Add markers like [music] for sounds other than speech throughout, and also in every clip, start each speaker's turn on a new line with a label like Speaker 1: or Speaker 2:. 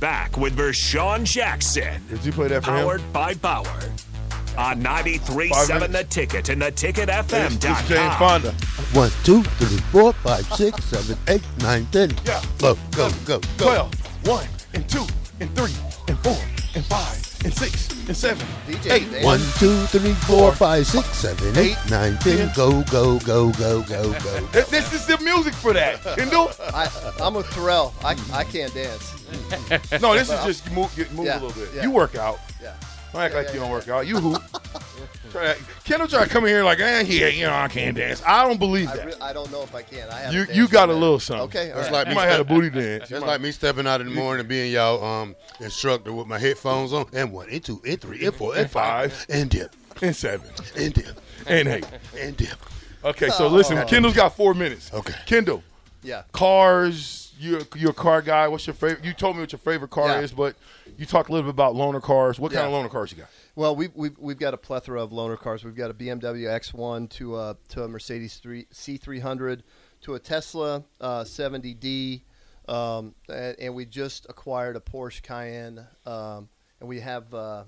Speaker 1: Back with Vershawn Jackson.
Speaker 2: Did you play that for
Speaker 1: Powered
Speaker 2: him?
Speaker 1: by Bauer. On 93.7 The
Speaker 2: minutes.
Speaker 1: Ticket and
Speaker 2: It's, it's Jane
Speaker 1: theticketfm.com.
Speaker 2: Fonda.
Speaker 3: One, two, three, four, five, six, seven, eight, nine, ten.
Speaker 2: Yeah.
Speaker 3: Go, go, go, go.
Speaker 2: 12, 1, and 2, and 3, and 4, and 5, and 6, and 7,
Speaker 4: DJ,
Speaker 2: 8,
Speaker 4: they-
Speaker 3: One, two, three, four, five, six, seven, eight, nine, ten. Go, go, go, go, go, go.
Speaker 2: Th- This is the music for that. And don't,
Speaker 4: I, I'm a Pharrell. I,
Speaker 2: Mm-hmm.
Speaker 4: I can't dance.
Speaker 2: no, this is just you move, you move
Speaker 4: Yeah,
Speaker 2: a little bit.
Speaker 4: yeah.
Speaker 2: You work out.
Speaker 4: Yeah.
Speaker 2: Don't act
Speaker 4: Yeah,
Speaker 2: like
Speaker 4: yeah,
Speaker 2: you don't
Speaker 4: yeah,
Speaker 2: work out. You hoop. Try to- Kendall tried to come in here like, eh, yeah, you know, I can't dance. I don't believe
Speaker 4: I,
Speaker 2: that.
Speaker 4: re- I don't know if I can. I have
Speaker 2: you you got a little something.
Speaker 4: Okay. All
Speaker 3: It's
Speaker 4: right.
Speaker 3: like
Speaker 2: You
Speaker 3: me
Speaker 2: might have a
Speaker 3: step-
Speaker 4: [laughs]
Speaker 2: booty dance. You
Speaker 3: Just
Speaker 2: might-
Speaker 3: like me stepping out in the morning and being y'all um instructor with my headphones on. And one, and two, and three, and four, and five, and dip,
Speaker 2: and seven.
Speaker 3: and dip,
Speaker 2: And eight.
Speaker 3: and dip.
Speaker 2: Okay,
Speaker 4: [laughs] Oh,
Speaker 2: so listen, Kendall's got four minutes.
Speaker 3: Okay.
Speaker 2: Kendall,
Speaker 4: yeah.
Speaker 2: cars. You're, you're a car guy. What's your favorite? You told me what your favorite car
Speaker 4: Yeah.
Speaker 2: is, but you talked a little bit about loaner cars. What kind
Speaker 4: Yeah.
Speaker 2: of loaner cars you got?
Speaker 4: Well, we've, we've, we've got a plethora of loaner cars. We've got a BMW X1 to a, to a Mercedes 3, C300 to a Tesla uh, 70D. Um, and, and we just acquired a Porsche Cayenne. Um, and we have uh,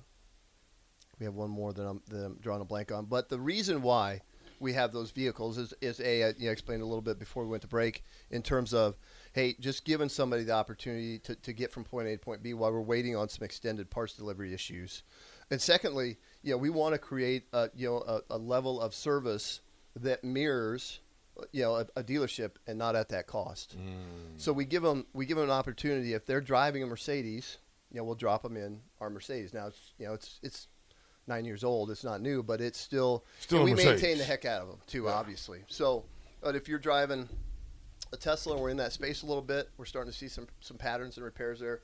Speaker 4: we have one more that I'm, that I'm drawing a blank on. But the reason why we have those vehicles is, is a I, you know, explained a little bit before we went to break in terms of hey, just giving somebody the opportunity to, to get from point A to point B while we're waiting on some extended parts delivery issues. And secondly, you know, we want to create a, you know a, a level of service that mirrors you know a, a dealership and not at that cost. So we give them we give them an opportunity if they're driving a Mercedes, you know, we'll drop them in our Mercedes. Now it's you know it's it's nine years old. It's not new, but it's still,
Speaker 2: Still a
Speaker 4: we maintain
Speaker 2: Mercedes.
Speaker 4: the heck out of them too, obviously. So, but if you're driving a Tesla and we're in that space a little bit, we're starting to see some some patterns and repairs there.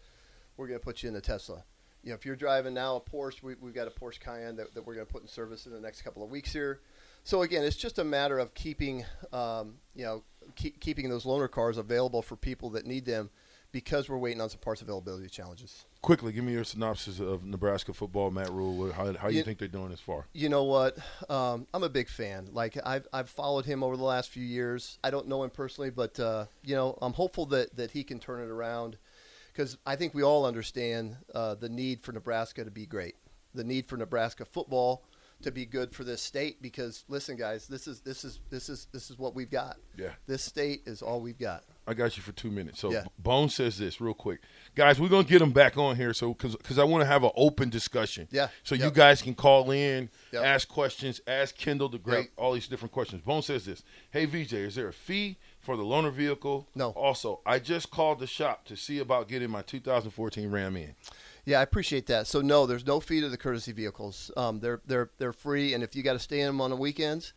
Speaker 4: We're going to put you in the Tesla. You know, if you're driving now a Porsche, we, we've got a Porsche Cayenne that, that we're going to put in service in the next couple of weeks here. So again, it's just a matter of keeping, um, you know, keep, keeping those loaner cars available for people that need them, because we're waiting on some parts availability challenges.
Speaker 2: Quickly, give me your synopsis of Nebraska football, Matt Rule. How, how you
Speaker 4: You-
Speaker 2: think they're doing this far?
Speaker 4: you know what? Um, I'm a big fan. Like I've I've followed him over the last few years. I don't know him personally, but uh, you know I'm hopeful that that he can turn it around because I think we all understand uh, the need for Nebraska to be great, the need for Nebraska football to be good for this state. Because listen, guys, this is this is this is this is what we've got.
Speaker 2: Yeah.
Speaker 4: this state is all we've got.
Speaker 2: I got you for two minutes. So
Speaker 4: Yeah.
Speaker 2: Bone says this real quick, guys. We're gonna get him back on here, so because I want to have an open discussion.
Speaker 4: Yeah.
Speaker 2: So you
Speaker 4: Yep.
Speaker 2: guys can call in,
Speaker 4: Yep.
Speaker 2: ask questions, ask Kendall the Great,
Speaker 4: Yep.
Speaker 2: all these different questions. Bone says this. Hey VJ, is there a fee for the loaner vehicle?
Speaker 4: No.
Speaker 2: Also, I just called the shop to see about getting my 2014 Ram in.
Speaker 4: Yeah, I appreciate that. So no, there's no fee to the courtesy vehicles. Um, they're they're they're free, and if you got to stay in them on the weekends,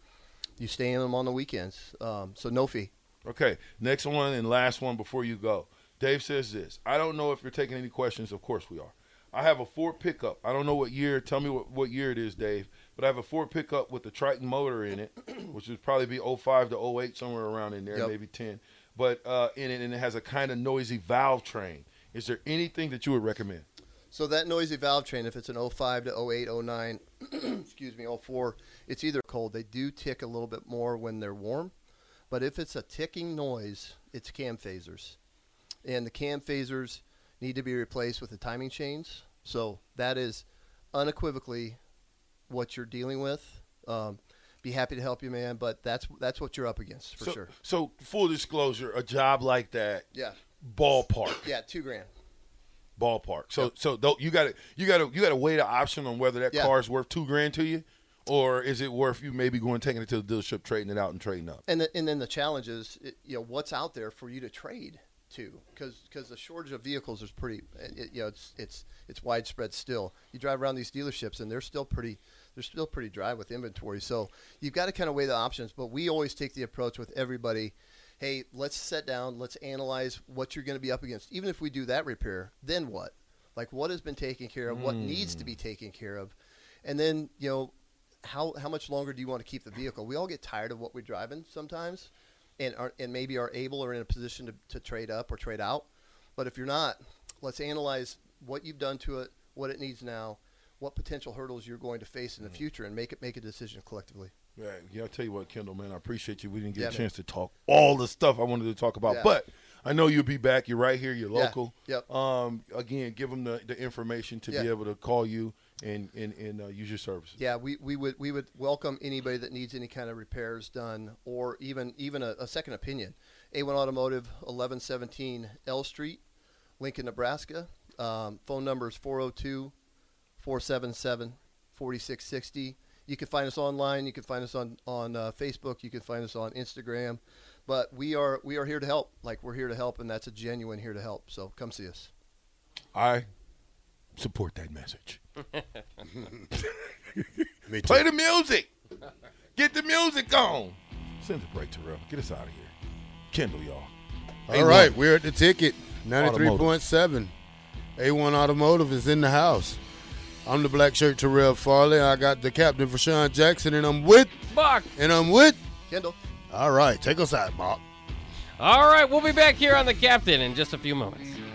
Speaker 4: you stay in them on the weekends. Um, so no fee.
Speaker 2: Okay, next one and last one before you go. Dave says this I don't know if you're taking any questions. Of course we are. I have a Ford pickup. I don't know what year. Tell me what, what year it is, Dave. But I have a Ford pickup with the Triton motor in
Speaker 4: [clears throat]
Speaker 2: it, which would probably be 05 to 08, somewhere around in there,
Speaker 4: Yep.
Speaker 2: maybe 10. But uh, in it, and it has a kind of noisy valve train. Is there anything that you would recommend?
Speaker 4: So that noisy valve train, if it's an 05 to 08, 09, [clears throat] excuse me, 04, it's either cold. They do tick a little bit more when they're warm, but if it's a ticking noise, it's cam phasers, and the cam phasers need to be replaced with the timing chains. So that is unequivocally what you're dealing with. Um, be happy to help you, man, but that's that's what you're up against for
Speaker 2: so,
Speaker 4: sure.
Speaker 2: So, full disclosure, a job like that,
Speaker 4: Yeah,
Speaker 2: ballpark.
Speaker 4: yeah, two grand.
Speaker 2: ballpark. So so though you got to you got to you got to weigh the option on whether that
Speaker 4: Yeah.
Speaker 2: car's worth two grand to you, or is it worth you maybe going taking it to the dealership, trading it out, and trading up.
Speaker 4: and the, and then the challenge is it, you know what's out there for you to trade to because the shortage of vehicles is pretty it, you know it's it's it's widespread still you drive around these dealerships and they're still pretty they're still pretty dry with inventory so you've got to kind of weigh the options but we always take the approach with everybody hey let's sit down let's analyze what you're going to be up against even if we do that repair then what like what has been taken care of what needs to be taken care of and then you know how how much longer do you want to keep the vehicle we all get tired of what we're driving sometimes and are and maybe are able or in a position to, to trade up or trade out but if you're not let's analyze what you've done to it what it needs now what potential hurdles you're going to face in the future and make it make a decision collectively
Speaker 2: Right. Yeah, I tell you what, Kendall, man, I appreciate you. We didn't get
Speaker 4: Yeah,
Speaker 2: a
Speaker 4: man.
Speaker 2: chance to talk all the stuff I wanted to talk about,
Speaker 4: Yeah.
Speaker 2: but I know you'll be back. You're right here. You're
Speaker 4: Yeah.
Speaker 2: local.
Speaker 4: Yep.
Speaker 2: Um, again, give them the, the information to be
Speaker 4: Yeah.
Speaker 2: able to call you and and, and uh, use your services.
Speaker 4: Yeah, we, we would we would welcome anybody that needs any kind of repairs done or even even a, a second opinion. A1 Automotive, 1117 L Street, Lincoln, Nebraska. Um, phone number is 402 477 4660. You can find us online. You can find us on on uh, Facebook. You can find us on Instagram. But we are we are here to help. Like we're here to help, and that's a genuine here to help. So come see us.
Speaker 2: I support that message.
Speaker 3: Me too.
Speaker 2: Play the music. Get the music on. Send the break, Terrell. Get us out of here. Kendall, y'all.
Speaker 3: All right, we're at the ticket. 93.7.
Speaker 2: Automotive.
Speaker 3: A1 Automotive is in the house. I'm the black shirt Terrell Farley. I got the captain for Sean Jackson, and I'm with,
Speaker 5: Buck.
Speaker 3: and I'm with.
Speaker 4: Kendall.
Speaker 3: All right, take us out, Mark.
Speaker 5: All right, we'll be back here on the captain in just a few moments.